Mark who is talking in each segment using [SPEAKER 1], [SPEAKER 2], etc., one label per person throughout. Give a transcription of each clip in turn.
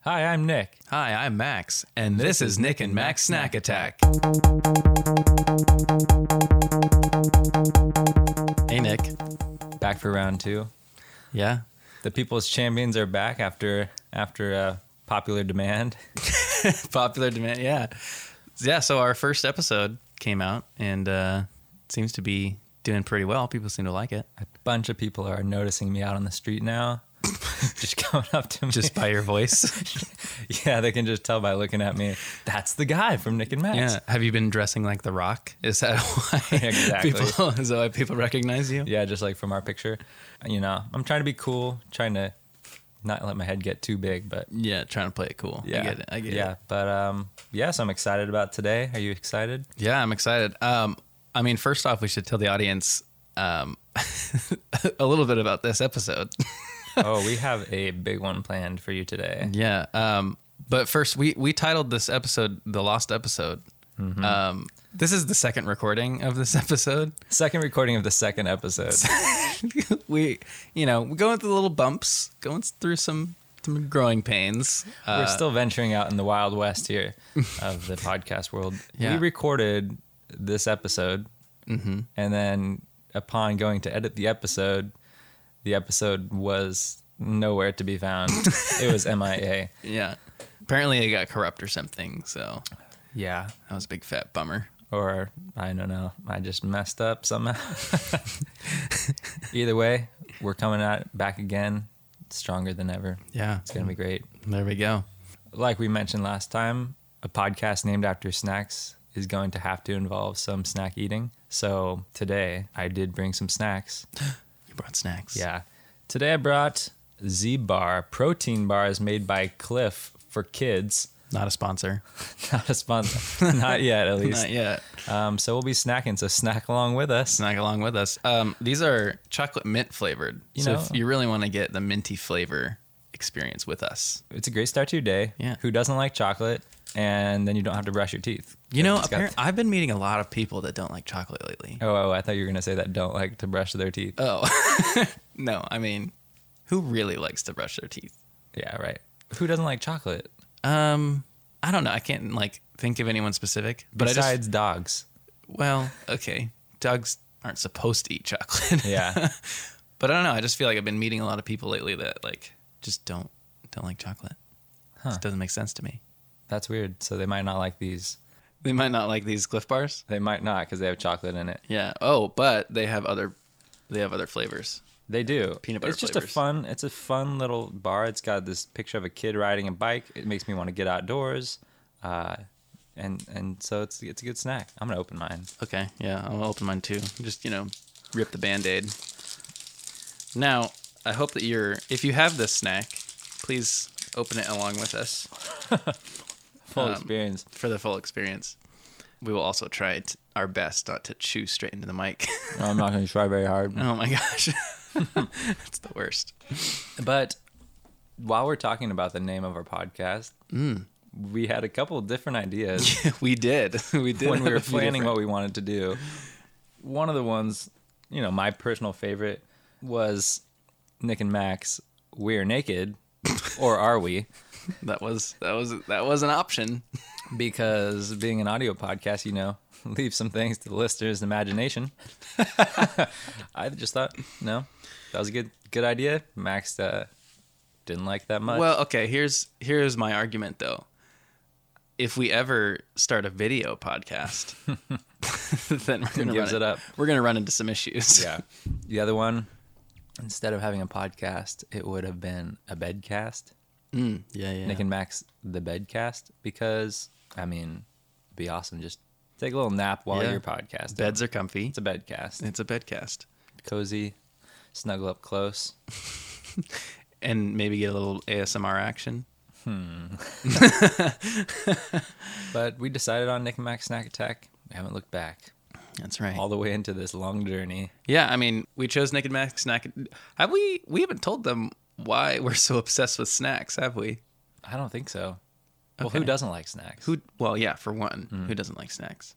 [SPEAKER 1] Hi, I'm Nick.
[SPEAKER 2] Hi, I'm Max, and this is Nick and Max Snack Attack. Hey, Nick.
[SPEAKER 1] Back for round two.
[SPEAKER 2] Yeah.
[SPEAKER 1] The People's Champions are back after after uh, popular demand.
[SPEAKER 2] Popular demand. Yeah. Yeah. So, our first episode came out and uh, it seems to be doing pretty well. People seem to like it.
[SPEAKER 1] A bunch of people are noticing me out on the street now. just coming up to me.
[SPEAKER 2] Just by your voice.
[SPEAKER 1] yeah, they can just tell by looking at me. That's the guy from Nick and Max.
[SPEAKER 2] yeah. Have you been dressing like The Rock? Is that why
[SPEAKER 1] Exactly.
[SPEAKER 2] people, is that why people recognize you?
[SPEAKER 1] Yeah, just like from our picture. You know, I'm trying to be cool, trying to not let my head get too big, but
[SPEAKER 2] Yeah, trying to play it cool.
[SPEAKER 1] yeah.
[SPEAKER 2] I get it. I get it.
[SPEAKER 1] yeah, but um yes, I'm excited about today. Are you excited?
[SPEAKER 2] Yeah, I'm excited. Um, I mean, first off, we should tell the audience um, a little bit about this episode.
[SPEAKER 1] oh, we have a big one planned for you today.
[SPEAKER 2] yeah. Um, but first, we we titled this episode "The Lost Episode." Um, this is the second recording of this episode.
[SPEAKER 1] Second recording of the second episode.
[SPEAKER 2] we, you know, we're going through little bumps, going through some some growing pains. Uh,
[SPEAKER 1] We're still venturing out in the wild west here of the podcast world.
[SPEAKER 2] Yeah.
[SPEAKER 1] We recorded this episode, and then upon going to edit the episode, the episode was nowhere to be found. it was MIA.
[SPEAKER 2] yeah. Apparently, it got corrupt or something. So
[SPEAKER 1] Yeah.
[SPEAKER 2] that was a big fat bummer.
[SPEAKER 1] Or I don't know. I just messed up somehow. Either way, we're coming out back again, stronger than ever.
[SPEAKER 2] Yeah.
[SPEAKER 1] It's gonna be great.
[SPEAKER 2] There we go.
[SPEAKER 1] like we mentioned last time, a podcast named after snacks is going to have to involve some snack eating. So today I did bring some snacks.
[SPEAKER 2] You brought snacks.
[SPEAKER 1] Yeah. Today I brought Z Bar protein bars made by Cliff for kids.
[SPEAKER 2] Not a sponsor.
[SPEAKER 1] Not a sponsor. Not yet, at least.
[SPEAKER 2] Not yet.
[SPEAKER 1] Um, so we'll be snacking. So snack along with us.
[SPEAKER 2] snack along with us. Um, these are chocolate mint flavored.
[SPEAKER 1] You
[SPEAKER 2] so
[SPEAKER 1] know-
[SPEAKER 2] if you really want to get the minty flavor experience with us,
[SPEAKER 1] It's a great start to your day.
[SPEAKER 2] Yeah.
[SPEAKER 1] Who doesn't like chocolate? And then you don't have to brush your teeth.
[SPEAKER 2] you know,
[SPEAKER 1] It's got-
[SPEAKER 2] appar- I've been meeting a lot of people that don't like chocolate lately.
[SPEAKER 1] oh, oh, I thought you were gonna say that don't like to brush their teeth.
[SPEAKER 2] Oh, no, I mean, who really likes to brush their teeth?
[SPEAKER 1] yeah, right. Who doesn't like chocolate?
[SPEAKER 2] Um, I don't know. I can't like think of anyone specific. But I just
[SPEAKER 1] Besides dogs.
[SPEAKER 2] well, okay, dogs aren't supposed to eat chocolate.
[SPEAKER 1] Yeah.
[SPEAKER 2] but I don't know. I just feel like I've been meeting a lot of people lately that like just don't don't like chocolate. It just doesn't make sense to me.
[SPEAKER 1] That's weird. So they might not like these.
[SPEAKER 2] They might not like these Cliff Bars.
[SPEAKER 1] They might not because they have chocolate in it.
[SPEAKER 2] Yeah. Oh, but they have other, they have other flavors.
[SPEAKER 1] They do.
[SPEAKER 2] Peanut butter
[SPEAKER 1] It's just a
[SPEAKER 2] flavors.
[SPEAKER 1] fun. It's a fun little bar. It's got this picture of a kid riding a bike. It makes me want to get outdoors, uh, and and so it's it's a good snack. I'm gonna open mine.
[SPEAKER 2] Okay. Yeah, I'll open mine too. Just you know, rip the Band-Aid. Now, I hope that you're. If you have this snack, please open it along with us
[SPEAKER 1] Full
[SPEAKER 2] Um,
[SPEAKER 1] experience.
[SPEAKER 2] for the full experience. We will also try t- our best not to chew straight into the mic.
[SPEAKER 1] I'm not gonna try very hard.
[SPEAKER 2] oh my gosh, it's the worst.
[SPEAKER 1] But while we're talking about the name of our podcast,
[SPEAKER 2] Hmm.
[SPEAKER 1] we had a couple of different ideas.
[SPEAKER 2] we did. We did.
[SPEAKER 1] when we
[SPEAKER 2] have a
[SPEAKER 1] were
[SPEAKER 2] few
[SPEAKER 1] planning
[SPEAKER 2] different-
[SPEAKER 1] what we wanted to do. One of the ones, you know, my personal favorite was Nick and Max. We're naked, or are we?
[SPEAKER 2] that was that was that was an option.
[SPEAKER 1] Because being an audio podcast, you know, leave some things to the listener's imagination. I just thought, no, that was a good good idea. Max uh, didn't like that much.
[SPEAKER 2] Well, okay, here's here's my argument though. If we ever start a video podcast, then we're gonna
[SPEAKER 1] Gives it
[SPEAKER 2] run
[SPEAKER 1] up.
[SPEAKER 2] We're gonna run into some issues.
[SPEAKER 1] yeah. The other one, instead of having a podcast, it would have been a bedcast.
[SPEAKER 2] yeah, yeah.
[SPEAKER 1] Nick and Max the bedcast because I mean, it'd be awesome. Just take a little nap while
[SPEAKER 2] Yeah.
[SPEAKER 1] you're podcasting.
[SPEAKER 2] Beds are comfy.
[SPEAKER 1] It's a bedcast.
[SPEAKER 2] It's a bedcast,
[SPEAKER 1] Cozy, snuggle up close.
[SPEAKER 2] and maybe get a little ASMR action.
[SPEAKER 1] But we decided on Nick and Max Snack Attack. We haven't looked back
[SPEAKER 2] That's right.
[SPEAKER 1] all the way into this long journey.
[SPEAKER 2] yeah, I mean, we chose Nick and Max snack. Have we? We haven't told them why we're so obsessed with snacks, have we?
[SPEAKER 1] I don't think so. Well, who doesn't like snacks?
[SPEAKER 2] Who? Well, yeah, for one,
[SPEAKER 1] Mm.
[SPEAKER 2] who doesn't like snacks?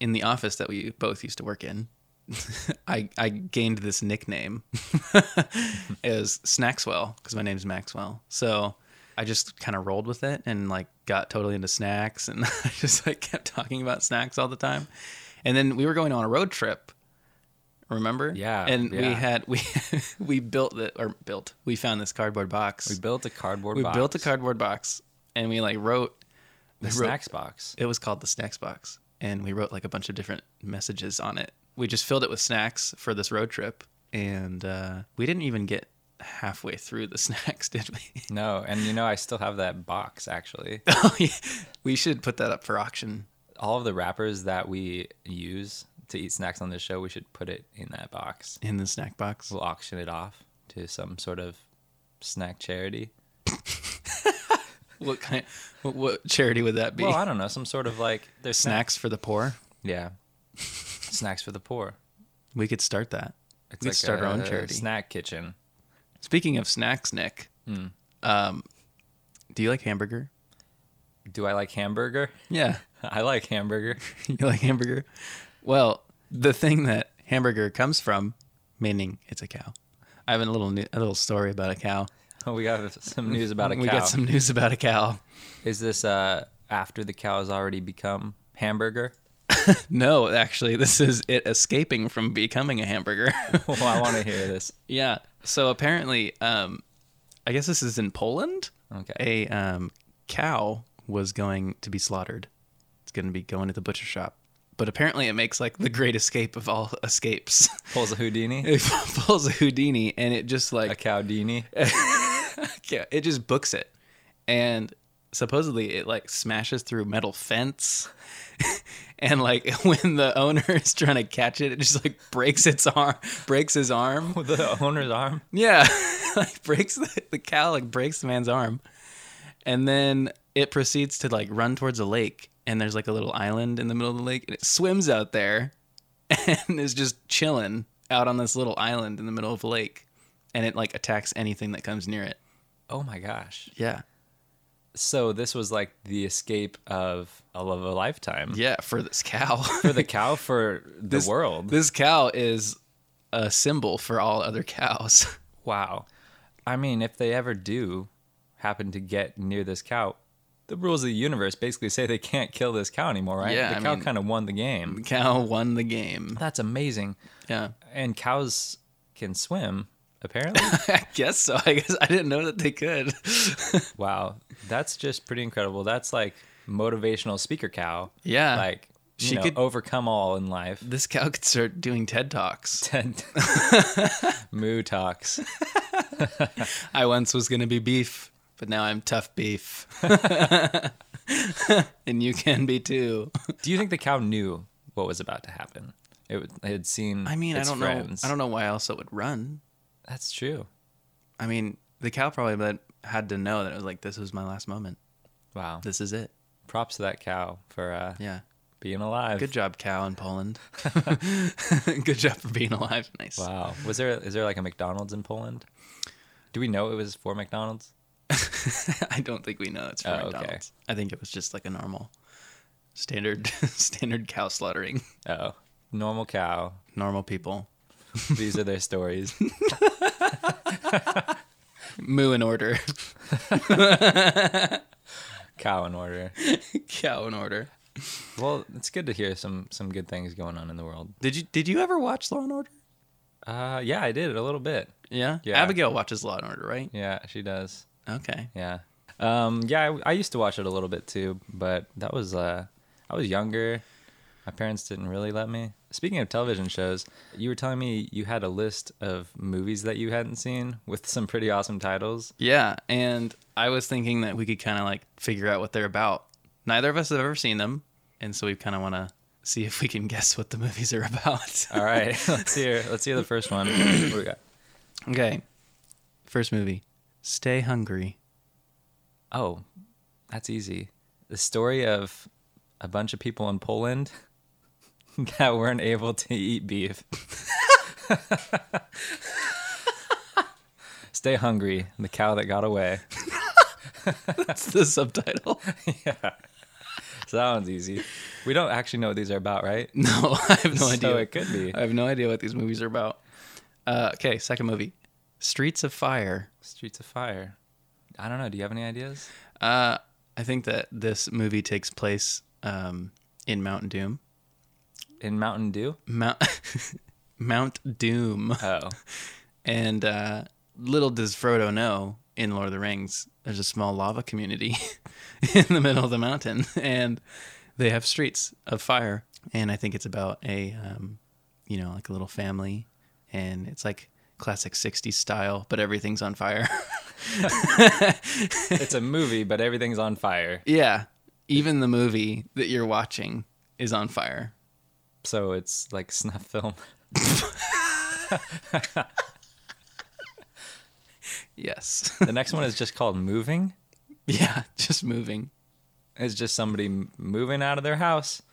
[SPEAKER 2] In the office that we both used to work in, I I gained this nickname as Snackswell because my name's Maxwell. So I just kind of rolled with it and like got totally into snacks and I just like kept talking about snacks all the time. And then we were going on a road trip. Remember?
[SPEAKER 1] Yeah,
[SPEAKER 2] And we
[SPEAKER 1] yeah.
[SPEAKER 2] had we we built the or built. We found this cardboard box.
[SPEAKER 1] We built a cardboard
[SPEAKER 2] We
[SPEAKER 1] box.
[SPEAKER 2] built a cardboard box and we like wrote
[SPEAKER 1] the
[SPEAKER 2] we wrote-
[SPEAKER 1] snacks box.
[SPEAKER 2] It was called the snacks box and we wrote like a bunch of different messages on it. We just filled it with snacks for this road trip and uh, we didn't even get halfway through the snacks, did we?
[SPEAKER 1] No, and you know I still have that box actually.
[SPEAKER 2] oh, yeah. We should put that up for auction.
[SPEAKER 1] All of the wrappers that we use to eat snacks on this show, we should put it in that box.
[SPEAKER 2] in the snack box.
[SPEAKER 1] We'll auction it off to some sort of snack charity.
[SPEAKER 2] What kind? What, what charity would that be?
[SPEAKER 1] Well, I don't know, some sort of like there's snack.
[SPEAKER 2] Snacks for the poor.
[SPEAKER 1] Yeah, snacks for the poor.
[SPEAKER 2] We could start that.
[SPEAKER 1] It's
[SPEAKER 2] we could start our own
[SPEAKER 1] a
[SPEAKER 2] charity.
[SPEAKER 1] snack Hmm. kitchen.
[SPEAKER 2] Speaking of snacks, Nick, um, do you like hamburger?
[SPEAKER 1] Do I like hamburger?
[SPEAKER 2] Yeah,
[SPEAKER 1] I like hamburger.
[SPEAKER 2] you like hamburger. Well, the thing that hamburger comes from, meaning it's a cow. I have a little new, a little story about a cow.
[SPEAKER 1] we got some news about a cow.
[SPEAKER 2] We got some news about a cow.
[SPEAKER 1] Is this uh, after the cow has already become hamburger?
[SPEAKER 2] No, actually, this is it escaping from becoming a hamburger.
[SPEAKER 1] Well, I want to hear this.
[SPEAKER 2] Yeah. So apparently, um, I guess this is in Poland.
[SPEAKER 1] Okay.
[SPEAKER 2] A um, cow was going to be slaughtered. It's going to be going to the butcher shop. But apparently, it makes like the great escape of all escapes.
[SPEAKER 1] Pulls a Houdini,
[SPEAKER 2] it pulls a Houdini and it just
[SPEAKER 1] a
[SPEAKER 2] like
[SPEAKER 1] cow dini.
[SPEAKER 2] yeah, it just books it, and supposedly it like smashes through metal fence. And like when the owner is trying to catch it, it just like breaks its arm, breaks his arm.
[SPEAKER 1] With the owner's arm.
[SPEAKER 2] Yeah, like breaks the, the cow, like breaks the man's arm, and then it proceeds to like run towards a lake. And there's like a little island in the middle of the lake, and it swims out there, and is just chilling out on this little island in the middle of the lake, and it like attacks anything that comes near it.
[SPEAKER 1] Oh my gosh.
[SPEAKER 2] Yeah,
[SPEAKER 1] So this was like the escape of a, of a lifetime
[SPEAKER 2] yeah, for this cow,
[SPEAKER 1] for the cow, for the world.
[SPEAKER 2] This cow is a symbol for all other cows.
[SPEAKER 1] Wow. I mean, if they ever do happen to get near this cow, the rules of the universe basically say they can't kill this cow anymore, right?
[SPEAKER 2] Yeah,
[SPEAKER 1] the
[SPEAKER 2] I
[SPEAKER 1] cow
[SPEAKER 2] mean-
[SPEAKER 1] kind of won the
[SPEAKER 2] The
[SPEAKER 1] game.
[SPEAKER 2] cow won the game.
[SPEAKER 1] That's amazing.
[SPEAKER 2] Yeah.
[SPEAKER 1] And cows can swim, apparently.
[SPEAKER 2] I guess so. I guess I didn't know that they could.
[SPEAKER 1] wow. That's just pretty incredible. That's like motivational speaker cow.
[SPEAKER 2] yeah.
[SPEAKER 1] Like, she
[SPEAKER 2] She
[SPEAKER 1] could
[SPEAKER 2] could-
[SPEAKER 1] overcome all in life.
[SPEAKER 2] this cow could start doing TED Talks.
[SPEAKER 1] Moo talks.
[SPEAKER 2] I once was going to be beef, but now I'm tough beef. and you can be too.
[SPEAKER 1] Do you think the cow knew what was about to happen? It, w- it had seen.
[SPEAKER 2] I mean,
[SPEAKER 1] its
[SPEAKER 2] I don't
[SPEAKER 1] friends.
[SPEAKER 2] know. I don't know why else it would run.
[SPEAKER 1] That's true.
[SPEAKER 2] I mean, the cow probably but had to know that it was like this was my last moment.
[SPEAKER 1] Wow.
[SPEAKER 2] This is it.
[SPEAKER 1] Props to that cow for uh,
[SPEAKER 2] Yeah.
[SPEAKER 1] being alive.
[SPEAKER 2] Good job, cow in Poland. Good job for being alive. Nice.
[SPEAKER 1] Wow. Was there is there like a McDonald's in Poland? Do we know it was for McDonald's?
[SPEAKER 2] I don't think we know it's from
[SPEAKER 1] Oh, okay.
[SPEAKER 2] McDonald's. I think it was just like a normal standard standard cow slaughtering.
[SPEAKER 1] Oh, normal cow.
[SPEAKER 2] Normal people.
[SPEAKER 1] These are their stories.
[SPEAKER 2] Moo in order.
[SPEAKER 1] cow in order.
[SPEAKER 2] cow in order.
[SPEAKER 1] Well, it's good to hear some some good things going on in the world.
[SPEAKER 2] Did you did you ever watch Law and Order?
[SPEAKER 1] Uh, yeah, I did it a little bit.
[SPEAKER 2] Yeah.
[SPEAKER 1] Yeah.
[SPEAKER 2] Abigail watches Law and Order, right?
[SPEAKER 1] Yeah, she does.
[SPEAKER 2] Okay.
[SPEAKER 1] Yeah. Um, yeah, I, I used to watch it a little bit too, but that was uh, I was younger. My parents didn't really let me. Speaking of television shows, you were telling me you had a list of movies that you hadn't seen with some pretty awesome titles.
[SPEAKER 2] Yeah, and I was thinking that we could kind of like figure out what they're about. Neither of us have ever seen them, and so we kind of want to see if we can guess what the movies are about.
[SPEAKER 1] All right, let's hear let's hear the first one. What we got?
[SPEAKER 2] okay. First movie, Stay Hungry.
[SPEAKER 1] Oh, that's easy. The story of a bunch of people in Poland that weren't able to eat beef. Stay hungry, the cow that got away.
[SPEAKER 2] That's the subtitle.
[SPEAKER 1] So that one's easy. We don't actually know what these are about, right?
[SPEAKER 2] No, I have no
[SPEAKER 1] so
[SPEAKER 2] idea.
[SPEAKER 1] it could be
[SPEAKER 2] I have no idea what these movies are about. Uh, okay, second movie, Streets of Fire.
[SPEAKER 1] Streets of Fire. I don't know. Do you have any ideas?
[SPEAKER 2] Uh, I think that this movie takes place um, in Mount Doom.
[SPEAKER 1] In Mountain Dew?
[SPEAKER 2] Mount Mount Doom.
[SPEAKER 1] Oh,
[SPEAKER 2] And uh, little does Frodo know in Lord of the Rings, there's a small lava community in the middle of the mountain, and they have streets of fire. And I think it's about a, um, you know, like a little family, and it's like classic 60s style, but everything's on fire.
[SPEAKER 1] it's a movie, but everything's on fire.
[SPEAKER 2] yeah. Even the movie that you're watching is on fire.
[SPEAKER 1] So it's like snuff film.
[SPEAKER 2] Yes.
[SPEAKER 1] The next one is just called Moving.
[SPEAKER 2] yeah. Just moving.
[SPEAKER 1] It's just somebody m- moving out of their house.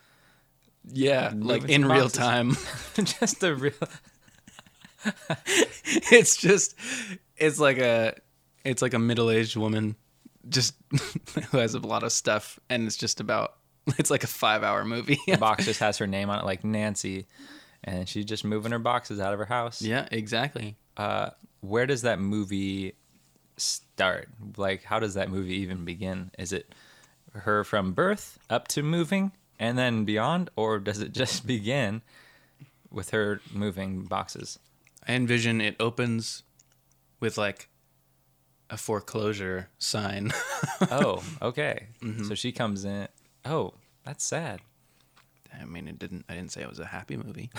[SPEAKER 2] Yeah. Like
[SPEAKER 1] Moving
[SPEAKER 2] in
[SPEAKER 1] some
[SPEAKER 2] real
[SPEAKER 1] boxes.
[SPEAKER 2] time.
[SPEAKER 1] just a real.
[SPEAKER 2] it's just it's like a it's like a middle-aged woman just who has a lot of stuff and it's just about it's like a five-hour movie
[SPEAKER 1] The box just has her name on it, like Nancy, and she's just moving her boxes out of her house.
[SPEAKER 2] yeah exactly
[SPEAKER 1] Uh, where does that movie start? Like, how does that movie even begin? Is it her from birth up to moving and then beyond, or does it just begin with her moving boxes?
[SPEAKER 2] i envision it opens with like a foreclosure sign
[SPEAKER 1] Oh, okay. So she comes in. Oh, that's sad.
[SPEAKER 2] i mean it didn't i didn't say it was a happy movie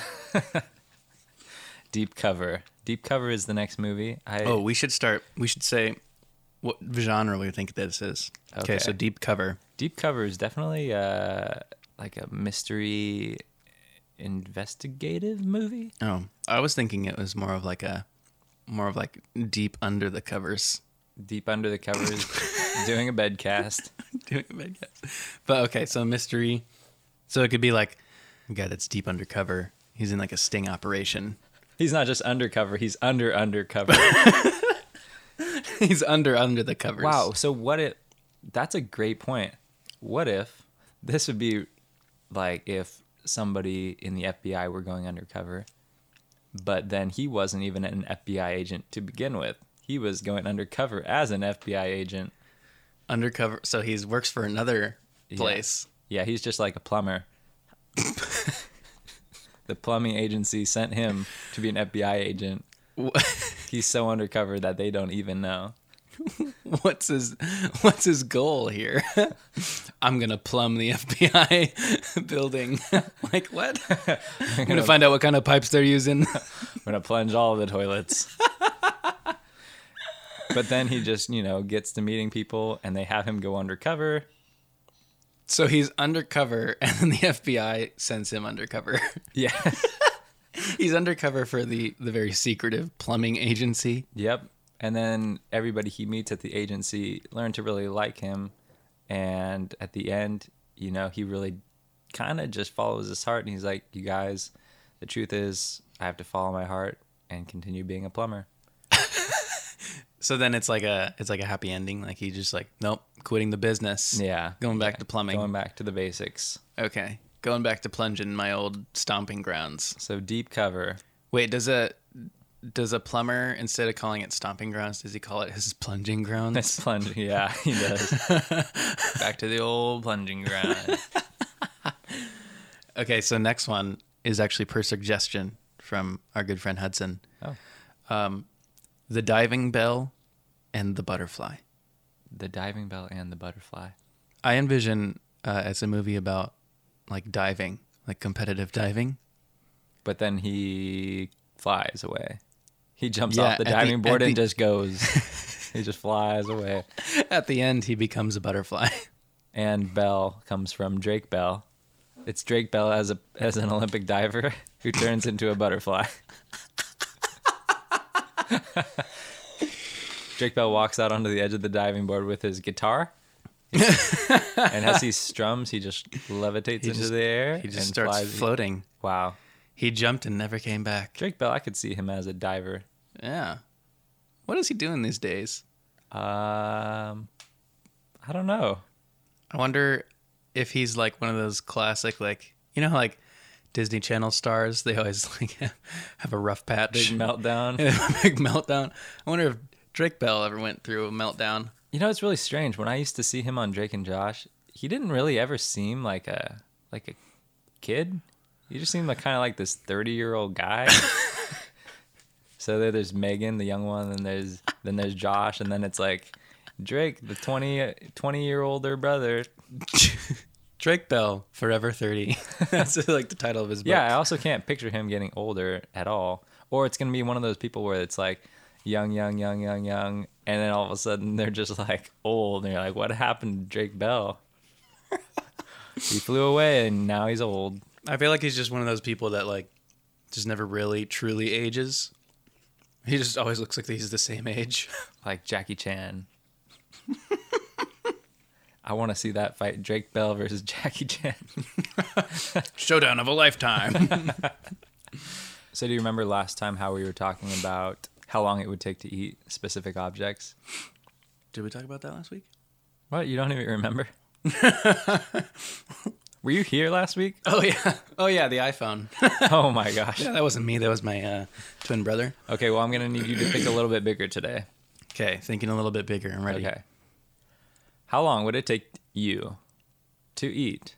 [SPEAKER 1] Deep cover. Deep cover is the next movie. I
[SPEAKER 2] oh we should start we should say what genre we think this is okay,
[SPEAKER 1] Okay.
[SPEAKER 2] so deep cover
[SPEAKER 1] Deep Cover is definitely uh, like a mystery investigative movie.
[SPEAKER 2] oh i was thinking it was more of like a more of like deep under the covers
[SPEAKER 1] Deep Under the Covers, doing a bed cast.
[SPEAKER 2] doing a podcast. But okay, so mystery. So it could be like a guy that's deep undercover. He's in like a sting operation.
[SPEAKER 1] He's not just undercover, he's under undercover.
[SPEAKER 2] He's under under the covers.
[SPEAKER 1] wow. So, what if that's a great point? What if this would be like if somebody in the FBI were going undercover, but then he wasn't even an FBI agent to begin with? He was going undercover as an FBI agent.
[SPEAKER 2] Undercover. So he works for another place.
[SPEAKER 1] Yeah, he's just like a plumber. the plumbing agency sent him to be an FBI agent.
[SPEAKER 2] Wh-
[SPEAKER 1] He's so undercover that they don't even know.
[SPEAKER 2] What's his What's his goal here? I'm gonna plumb the FBI building. like what? I'm gonna find out what kind of pipes they're using.
[SPEAKER 1] I'm gonna plunge all the toilets. but then he just, you know, gets to meeting people and they have him go undercover.
[SPEAKER 2] so he's undercover, and then the FBI sends him undercover.
[SPEAKER 1] Yeah.
[SPEAKER 2] He's undercover for the the very secretive plumbing agency.
[SPEAKER 1] yep. And then everybody he meets at the agency learn to really like him. And at the end, you know, he really kind of just follows his heart. And he's like, you guys, the truth is, I have to follow my heart and continue being a plumber.
[SPEAKER 2] So then it's like a it's like a happy ending. Like he just like nope, quitting the business.
[SPEAKER 1] Yeah.
[SPEAKER 2] Going back to plumbing.
[SPEAKER 1] Going back to the basics.
[SPEAKER 2] okay. Going back to plunging my old stomping grounds.
[SPEAKER 1] So deep cover.
[SPEAKER 2] Wait, does a does a plumber instead of calling it stomping grounds, does he call it his plunging grounds?
[SPEAKER 1] It's plunging. Yeah, he does. back to the old plunging ground.
[SPEAKER 2] okay, so next one is actually per suggestion from our good friend Hudson.
[SPEAKER 1] Oh.
[SPEAKER 2] Um, the diving bell and the butterfly.
[SPEAKER 1] the diving bell and the butterfly.
[SPEAKER 2] I envision uh, it's a movie about like diving, like competitive diving.
[SPEAKER 1] But then he flies away. He jumps
[SPEAKER 2] Yeah,
[SPEAKER 1] off the
[SPEAKER 2] at the-
[SPEAKER 1] diving board
[SPEAKER 2] at
[SPEAKER 1] and
[SPEAKER 2] the-
[SPEAKER 1] just goes. he just flies away.
[SPEAKER 2] At the end, he becomes a butterfly.
[SPEAKER 1] And Bell comes from Drake Bell. It's Drake Bell as a as an Olympic diver who turns into a butterfly. Drake Bell walks out onto the edge of the diving board with his guitar. and as he strums, he just levitates into
[SPEAKER 2] just-
[SPEAKER 1] the air.
[SPEAKER 2] He just
[SPEAKER 1] and
[SPEAKER 2] starts
[SPEAKER 1] flies.
[SPEAKER 2] floating.
[SPEAKER 1] Wow.
[SPEAKER 2] He jumped and never came back.
[SPEAKER 1] Drake Bell, I could see him as a diver.
[SPEAKER 2] Yeah. What is he doing these days?
[SPEAKER 1] Um, I don't know.
[SPEAKER 2] I wonder if he's like one of those classic, like, you know, how, like Disney Channel stars, they always like have a rough patch,
[SPEAKER 1] Big meltdown.
[SPEAKER 2] big meltdown. I wonder if Drake Bell ever went through a meltdown.
[SPEAKER 1] You know, it's really strange. When I used to see him on Drake and Josh, he didn't really ever seem like a like a kid. He just seemed like kind of like this thirty year old guy. so there, there's Megan, the young one, and there's then there's Josh, and then it's like Drake, the 20, 20 year older brother.
[SPEAKER 2] Drake Bell, Forever 30. That's like the title of his book.
[SPEAKER 1] Yeah, I also can't picture him getting older at all. Or it's gonna be one of those people where it's like young, young, young, young, young, and then all of a sudden they're just like old, and you're like, what happened to Drake Bell? he flew away, and now he's old.
[SPEAKER 2] I feel like he's just one of those people that like just never really truly ages. He just always looks like he's the same age.
[SPEAKER 1] like Jackie Chan. I want to see that fight, Drake Bell versus Jackie Chan.
[SPEAKER 2] Showdown of a lifetime.
[SPEAKER 1] So, do you remember last time how we were talking about how long it would take to eat specific objects?
[SPEAKER 2] Did we talk about that last week?
[SPEAKER 1] What? You don't even remember? were you here last week?
[SPEAKER 2] Oh yeah. Oh yeah, the iPhone.
[SPEAKER 1] Oh my gosh.
[SPEAKER 2] that wasn't me, that was my uh, twin brother.
[SPEAKER 1] Okay, well, I'm going to need you to think a little bit bigger today.
[SPEAKER 2] Okay, thinking a little bit bigger. I'm ready.
[SPEAKER 1] Okay. How long would it take you to eat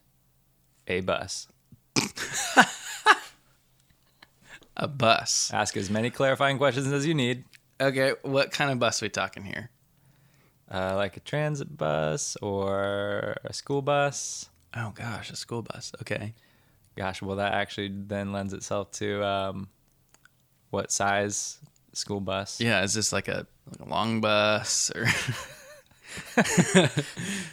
[SPEAKER 1] a bus?
[SPEAKER 2] A bus.
[SPEAKER 1] Ask as many clarifying questions as you need.
[SPEAKER 2] Okay, what kind of bus we talking here?
[SPEAKER 1] uh, like a transit bus or a school bus.
[SPEAKER 2] Oh gosh, a school bus. Okay.
[SPEAKER 1] Gosh, well, that actually then lends itself to um, what size school bus?
[SPEAKER 2] Yeah, is this like a like a long bus or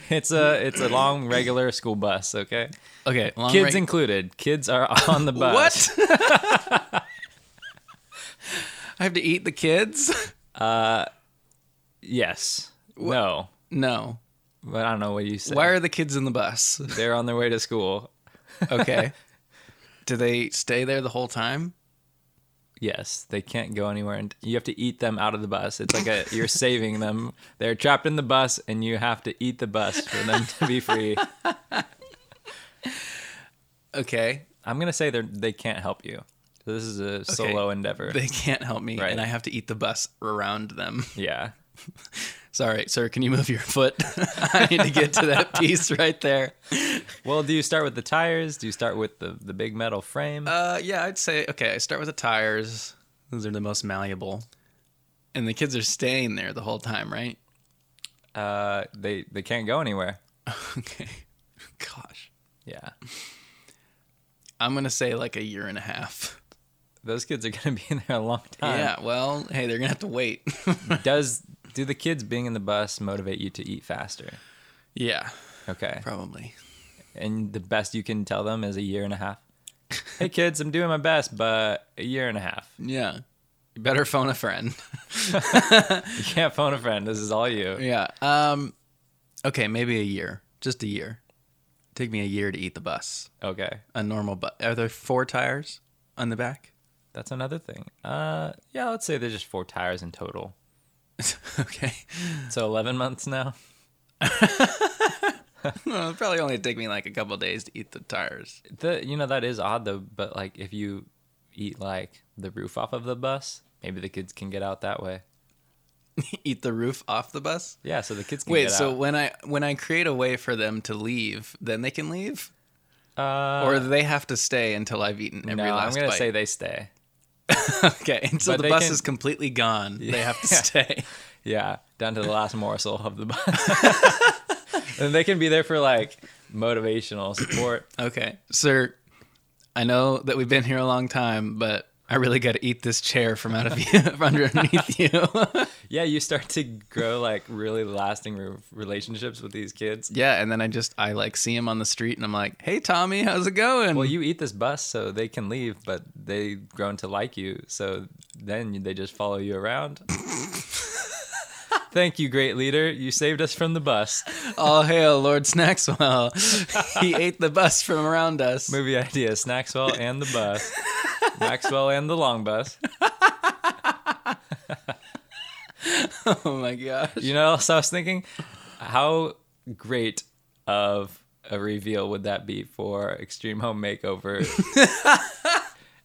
[SPEAKER 1] It's a it's a long regular school bus. Okay,
[SPEAKER 2] Okay, long
[SPEAKER 1] kids
[SPEAKER 2] reg-
[SPEAKER 1] included. Kids are on the bus.
[SPEAKER 2] What? I have to eat the kids?
[SPEAKER 1] Yes. No.
[SPEAKER 2] No.
[SPEAKER 1] But I don't know what you said.
[SPEAKER 2] Why are the kids in the bus?
[SPEAKER 1] They're on their way to school.
[SPEAKER 2] Okay. Do they stay there the whole time?
[SPEAKER 1] Yes, they can't go anywhere, and you have to eat them out of the bus. It's like a you're saving them. They're trapped in the bus, and you have to eat the bus for them to be free.
[SPEAKER 2] Okay.
[SPEAKER 1] I'm gonna say they they can't help you. So this is a solo endeavor.
[SPEAKER 2] They can't help me
[SPEAKER 1] Right.
[SPEAKER 2] and I have to eat the bus around them.
[SPEAKER 1] yeah.
[SPEAKER 2] Sorry, sir, can you move your foot? I need to get to that piece right there.
[SPEAKER 1] Well, do you start with the tires? Do you start with the the big metal frame?
[SPEAKER 2] Uh yeah, I'd say okay, I start with the tires. Those are the most malleable. And the kids are staying there the whole time, right?
[SPEAKER 1] Uh, they they can't go anywhere.
[SPEAKER 2] Okay. Gosh.
[SPEAKER 1] Yeah.
[SPEAKER 2] I'm gonna say like a year and a half.
[SPEAKER 1] Those kids are gonna be in there a long time.
[SPEAKER 2] yeah. Well, hey, they're gonna have to wait.
[SPEAKER 1] Does do the kids being in the bus motivate you to eat faster?
[SPEAKER 2] yeah,
[SPEAKER 1] Okay.
[SPEAKER 2] probably.
[SPEAKER 1] And the best you can tell them is a year and a half. hey kids, I'm doing my best, but a year and a half.
[SPEAKER 2] Yeah. You better phone a friend.
[SPEAKER 1] You can't phone a friend. This is all you.
[SPEAKER 2] yeah. Um. Okay, maybe a year. Just a year. Take me a year to eat the bus.
[SPEAKER 1] Okay.
[SPEAKER 2] A normal bus. Are there four tires on the back?
[SPEAKER 1] That's another thing. Uh, yeah, let's say there's just four tires in total.
[SPEAKER 2] okay.
[SPEAKER 1] So 11 months now?
[SPEAKER 2] Well, it'll probably only take me like a couple days to eat the tires.
[SPEAKER 1] The, you know, that is odd though, but like if you eat like the roof off of the bus, maybe the kids can get out that way.
[SPEAKER 2] eat the roof off the bus.
[SPEAKER 1] Yeah, so the kids can
[SPEAKER 2] Wait.
[SPEAKER 1] get
[SPEAKER 2] So
[SPEAKER 1] out.
[SPEAKER 2] when I when I create a way for them to leave, then they can leave.
[SPEAKER 1] Uh,
[SPEAKER 2] or they have to stay until I've eaten every
[SPEAKER 1] no,
[SPEAKER 2] last
[SPEAKER 1] I'm going to
[SPEAKER 2] bite.
[SPEAKER 1] say they stay.
[SPEAKER 2] okay, until
[SPEAKER 1] but
[SPEAKER 2] the
[SPEAKER 1] they
[SPEAKER 2] bus
[SPEAKER 1] can-
[SPEAKER 2] is completely gone. They have to stay.
[SPEAKER 1] Yeah, down to the last morsel of the bus. and they can be there for like motivational support.
[SPEAKER 2] Okay, sir. I know that we've been here a long time, but I really got to eat this chair from out of you, from underneath you.
[SPEAKER 1] yeah, you start to grow like really lasting re- relationships with these kids.
[SPEAKER 2] yeah, and then I just I like see him on the street, and I'm like, "Hey, Tommy, how's it going?"
[SPEAKER 1] Well, you eat this bus, so they can leave, but they've grown to like you, so then they just follow you around. Thank you, great leader. You saved us from the bus.
[SPEAKER 2] All hail Lord Snackswell. he ate the bus from around us.
[SPEAKER 1] Movie idea Snackswell and the bus, Maxwell and the long bus.
[SPEAKER 2] Oh my gosh.
[SPEAKER 1] You know what else I was thinking? How great of a reveal would that be for Extreme Home Makeover?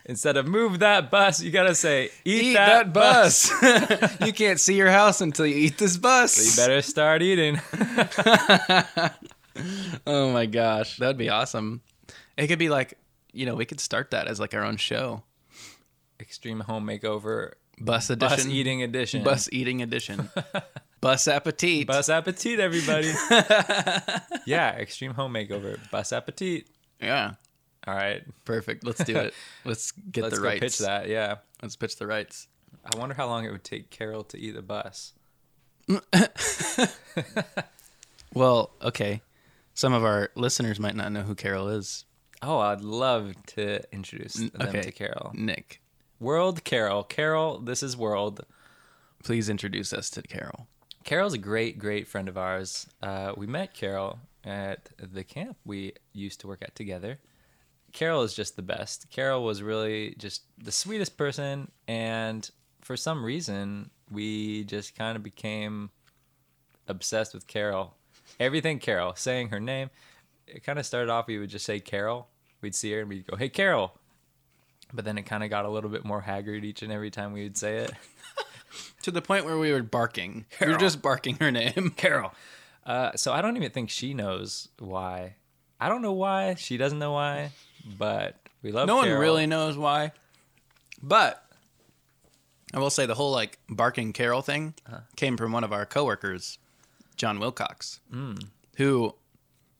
[SPEAKER 1] Instead of move that bus, you gotta say eat,
[SPEAKER 2] eat that, bus. you can't see your house until you eat this
[SPEAKER 1] You
[SPEAKER 2] bus.
[SPEAKER 1] better start eating.
[SPEAKER 2] Oh my gosh, that would be awesome. It could be like, you know, we could start that as like our own show.
[SPEAKER 1] Extreme home makeover,
[SPEAKER 2] Bus edition.
[SPEAKER 1] bus eating edition.
[SPEAKER 2] Bus eating edition. bus appetit.
[SPEAKER 1] Bus appetit, everybody. yeah, extreme home makeover. Bus appetit.
[SPEAKER 2] Yeah.
[SPEAKER 1] All right,
[SPEAKER 2] Perfect. Let's do it. Let's get
[SPEAKER 1] let's
[SPEAKER 2] the
[SPEAKER 1] go
[SPEAKER 2] rights.
[SPEAKER 1] pitch that. Yeah,
[SPEAKER 2] Let's pitch the rights.
[SPEAKER 1] I wonder how long it would take Carol to eat a bus.
[SPEAKER 2] Well, okay. Some of our listeners might not know who Carol is.
[SPEAKER 1] Oh, I'd love to introduce them
[SPEAKER 2] okay.
[SPEAKER 1] to Carol.
[SPEAKER 2] Nick,
[SPEAKER 1] World Carol. Carol, this is World.
[SPEAKER 2] please introduce us to Carol.
[SPEAKER 1] Carol's a great, great friend of ours. Uh, we met Carol at the camp we used to work at together. Carol is just the best. Carol was really just the sweetest person, and for some reason, we just kind of became obsessed with Carol. Everything Carol, saying her name, it kind of started off. We would just say Carol. We'd see her and we'd go, "Hey, Carol," but then it kind of got a little bit more haggard each and every time we would say it.
[SPEAKER 2] To the point where we were barking. We
[SPEAKER 1] Carol.
[SPEAKER 2] were just barking her name. Carol.
[SPEAKER 1] Uh, so I don't even think she knows why. I don't know why she doesn't know why, but we love.
[SPEAKER 2] No
[SPEAKER 1] Carol.
[SPEAKER 2] one really knows why. But I will say the whole like barking Carol thing
[SPEAKER 1] Uh-huh.
[SPEAKER 2] came from one of our coworkers, John Wilcox,
[SPEAKER 1] Hmm.
[SPEAKER 2] who,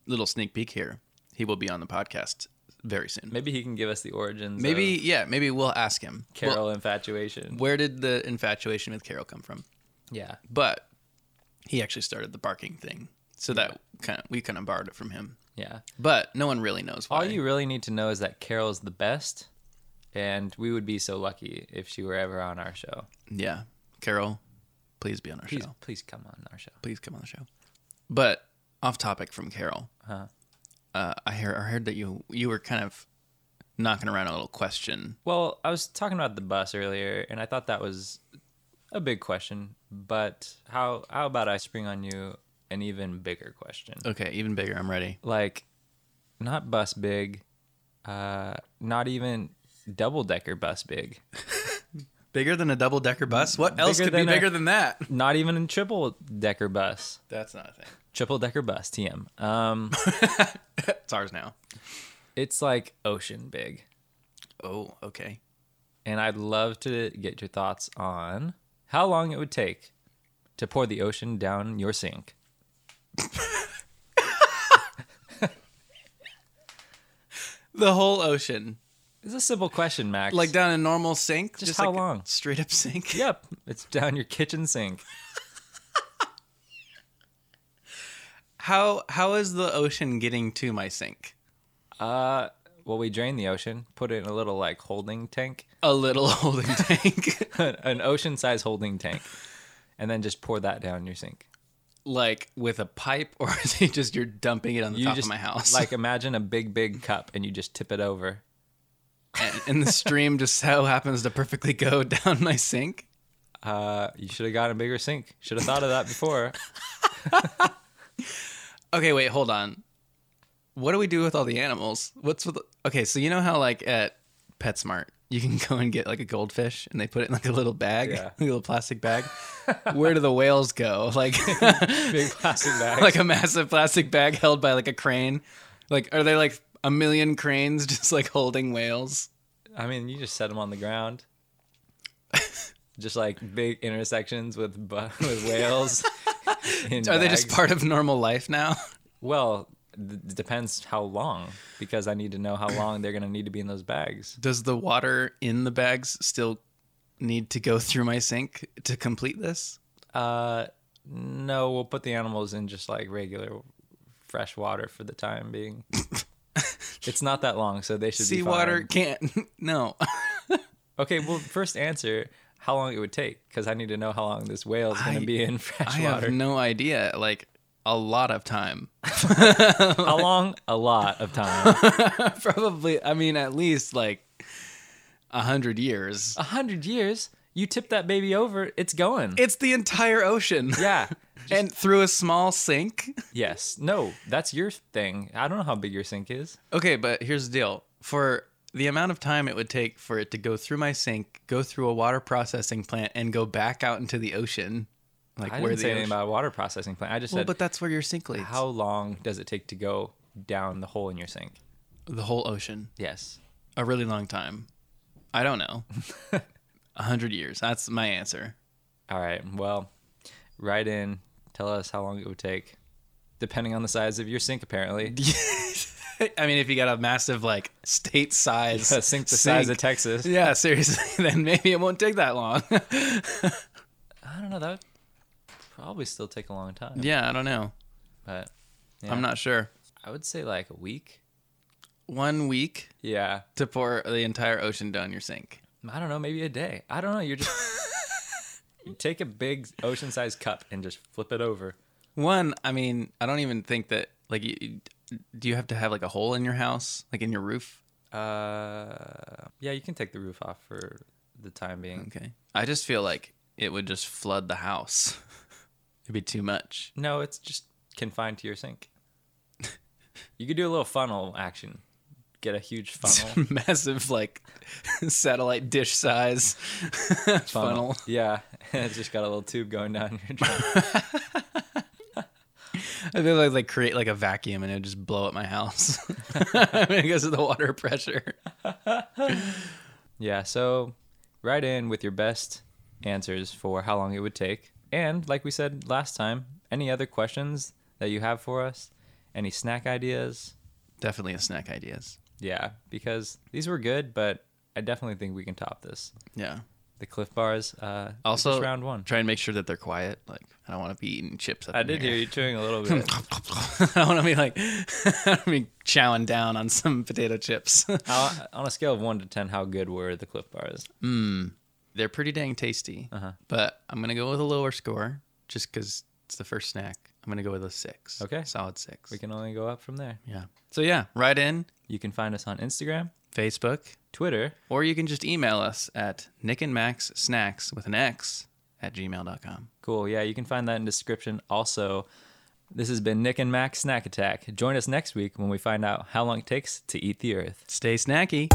[SPEAKER 2] little sneak peek here, he will be on the podcast very soon. Maybe,
[SPEAKER 1] Maybe he can give us the origins. of
[SPEAKER 2] yeah, maybe we'll ask him. Well,
[SPEAKER 1] Carol infatuation.
[SPEAKER 2] where did the infatuation with Carol come from?
[SPEAKER 1] Yeah,
[SPEAKER 2] But he actually started the barking thing, so
[SPEAKER 1] Hmm.
[SPEAKER 2] that kind of we kind of borrowed it from him.
[SPEAKER 1] yeah.
[SPEAKER 2] But no one really knows why.
[SPEAKER 1] All you really need to know is that Carol's the best, and we would be so lucky if she were ever on our show.
[SPEAKER 2] yeah, Carol, please be on our
[SPEAKER 1] Please,
[SPEAKER 2] show.
[SPEAKER 1] please come on our show.
[SPEAKER 2] please come on the show. But off topic from Carol,
[SPEAKER 1] Huh.
[SPEAKER 2] uh, I hear I heard that you you were kind of knocking around a little question.
[SPEAKER 1] Well, I was talking about the bus earlier, and I thought that was a big question. But how how about I spring on you an even bigger question?
[SPEAKER 2] Okay, even bigger. I'm ready.
[SPEAKER 1] like not bus big uh not even double decker bus big
[SPEAKER 2] Bigger than a double decker bus? What else
[SPEAKER 1] Bigger
[SPEAKER 2] could be
[SPEAKER 1] than a-
[SPEAKER 2] bigger than that?
[SPEAKER 1] not even a triple decker bus
[SPEAKER 2] That's not a thing.
[SPEAKER 1] triple decker bus tm um
[SPEAKER 2] It's ours now.
[SPEAKER 1] it's like ocean big
[SPEAKER 2] Oh, okay.
[SPEAKER 1] and i'd love to get your thoughts on how long it would take to pour the ocean down your sink
[SPEAKER 2] The whole ocean,
[SPEAKER 1] it's a simple question max
[SPEAKER 2] like down a normal sink, just,
[SPEAKER 1] how
[SPEAKER 2] like a
[SPEAKER 1] long?
[SPEAKER 2] Straight up sink.
[SPEAKER 1] yep it's down your kitchen sink
[SPEAKER 2] How how is the ocean getting to my sink?
[SPEAKER 1] uh well we drain the ocean put it in a little like holding tank
[SPEAKER 2] A little holding tank,
[SPEAKER 1] an ocean size holding tank and then just pour that down your sink.
[SPEAKER 2] like with a pipe, or is it just you're dumping it on the
[SPEAKER 1] You
[SPEAKER 2] top
[SPEAKER 1] just
[SPEAKER 2] of my house?
[SPEAKER 1] like imagine a big big cup and you just tip it over.
[SPEAKER 2] and, and the stream just so happens to perfectly go down my sink.
[SPEAKER 1] Uh, you should have gotten a bigger sink. Should have thought of that before.
[SPEAKER 2] Okay, wait, hold on. What do we do with all the animals? What's with okay? So you know how like at PetSmart you can go and get like a goldfish and they put it in like a little bag,
[SPEAKER 1] Yeah.
[SPEAKER 2] a little plastic bag. Where do the whales go? Like
[SPEAKER 1] big plastic bag.
[SPEAKER 2] like a massive plastic bag held by like a crane. Like are there like a million cranes just like holding whales?
[SPEAKER 1] I mean, you just set them on the ground. Just like big intersections with bu- with whales. in
[SPEAKER 2] Are they just
[SPEAKER 1] bags.
[SPEAKER 2] part of normal life now?
[SPEAKER 1] well? th- It depends how long, because I need to know how long they're gonna need to be in those bags.
[SPEAKER 2] Does the water in the bags still need to go through my sink to complete this?
[SPEAKER 1] Uh, no, we'll put the animals in just like regular fresh water for the time being. it's not that long, so they should be fine.
[SPEAKER 2] Seawater can't. No.
[SPEAKER 1] Okay, well, first answer how long it would take because I need to know how long this whale is going
[SPEAKER 2] I-
[SPEAKER 1] to be in fresh
[SPEAKER 2] I
[SPEAKER 1] water.
[SPEAKER 2] have no idea. Like a lot of time.
[SPEAKER 1] how long? A lot of time.
[SPEAKER 2] Probably, I mean, at least like a hundred years.
[SPEAKER 1] A hundred years. You tip that baby over, it's going.
[SPEAKER 2] It's the entire ocean.
[SPEAKER 1] yeah.
[SPEAKER 2] and through a small sink.
[SPEAKER 1] Yes. No, that's your thing. I don't know how big your sink is.
[SPEAKER 2] Okay, but here's the deal. For the amount of time it would take for it to go through my sink, go through a water processing plant, and go back out into the ocean, like
[SPEAKER 1] I
[SPEAKER 2] where
[SPEAKER 1] didn't
[SPEAKER 2] the
[SPEAKER 1] say anything
[SPEAKER 2] ocean-
[SPEAKER 1] about a water processing plant. I just
[SPEAKER 2] well,
[SPEAKER 1] said
[SPEAKER 2] but that's where your sink leads.
[SPEAKER 1] how long does it take to go down the hole in your sink?
[SPEAKER 2] the whole ocean,
[SPEAKER 1] Yes.
[SPEAKER 2] a really long time. I don't know. A hundred years. That's my answer.
[SPEAKER 1] All right. Well, write in. Tell us how long it would take, depending on the size of your sink. Apparently,
[SPEAKER 2] I mean, if you got a massive like state size
[SPEAKER 1] a sink the size of Texas.
[SPEAKER 2] yeah, seriously, then maybe it won't take that long.
[SPEAKER 1] I don't know. That would probably still take a long time.
[SPEAKER 2] yeah, I don't know.
[SPEAKER 1] But Yeah.
[SPEAKER 2] I'm not sure.
[SPEAKER 1] I would say like a week.
[SPEAKER 2] One week
[SPEAKER 1] Yeah.
[SPEAKER 2] to pour the entire ocean down your sink.
[SPEAKER 1] I don't know. Maybe a day. I don't know. You're just you take a big ocean-sized cup and just flip it over.
[SPEAKER 2] One, I mean, I don't even think that like you, you- do you have to have like a hole in your house, like in your roof?
[SPEAKER 1] Uh, yeah. You can take the roof off for the time being.
[SPEAKER 2] Okay. I just feel like it would just flood the house. It'd be too much.
[SPEAKER 1] No, it's just confined to your sink. you could do a little funnel action. Get a huge funnel.
[SPEAKER 2] Massive like satellite dish size funnel.
[SPEAKER 1] Yeah, it's just got a little tube going down your drain.
[SPEAKER 2] I feel like like create like a vacuum and it would just blow up my house. I mean, it goes to the water pressure.
[SPEAKER 1] yeah, so write in with your best answers for how long it would take. And like we said last time, any other questions that you have for us? Any snack ideas?
[SPEAKER 2] Definitely a snack ideas.
[SPEAKER 1] Yeah, because these were good, but I definitely think we can top this.
[SPEAKER 2] Yeah.
[SPEAKER 1] The Cliff Bars, uh, was
[SPEAKER 2] Also,
[SPEAKER 1] just round one.
[SPEAKER 2] Try and make sure that they're quiet. Like I don't want to be eating chips. Up
[SPEAKER 1] I
[SPEAKER 2] in
[SPEAKER 1] did
[SPEAKER 2] here.
[SPEAKER 1] hear you chewing a little bit.
[SPEAKER 2] I don't want to be like, I don't be chowing down on some potato chips.
[SPEAKER 1] How, on a scale of one to ten, how good were the Cliff Bars?
[SPEAKER 2] They're pretty dang tasty,
[SPEAKER 1] Uh-huh.
[SPEAKER 2] but I'm gonna go with a lower score just because it's the first snack. I'm gonna go with a six.
[SPEAKER 1] Okay.
[SPEAKER 2] solid six.
[SPEAKER 1] We can only go up from there.
[SPEAKER 2] yeah. So yeah, write in
[SPEAKER 1] You can find us on Instagram,
[SPEAKER 2] Facebook,
[SPEAKER 1] Twitter,
[SPEAKER 2] or you can just email us at Nick and Max Snacks with an X at gmail.com.
[SPEAKER 1] Cool. Yeah, you can find that in description. Also, this has been Nick and Mac Snack Attack. Join us next week when we find out how long it takes to eat the earth.
[SPEAKER 2] Stay snacky.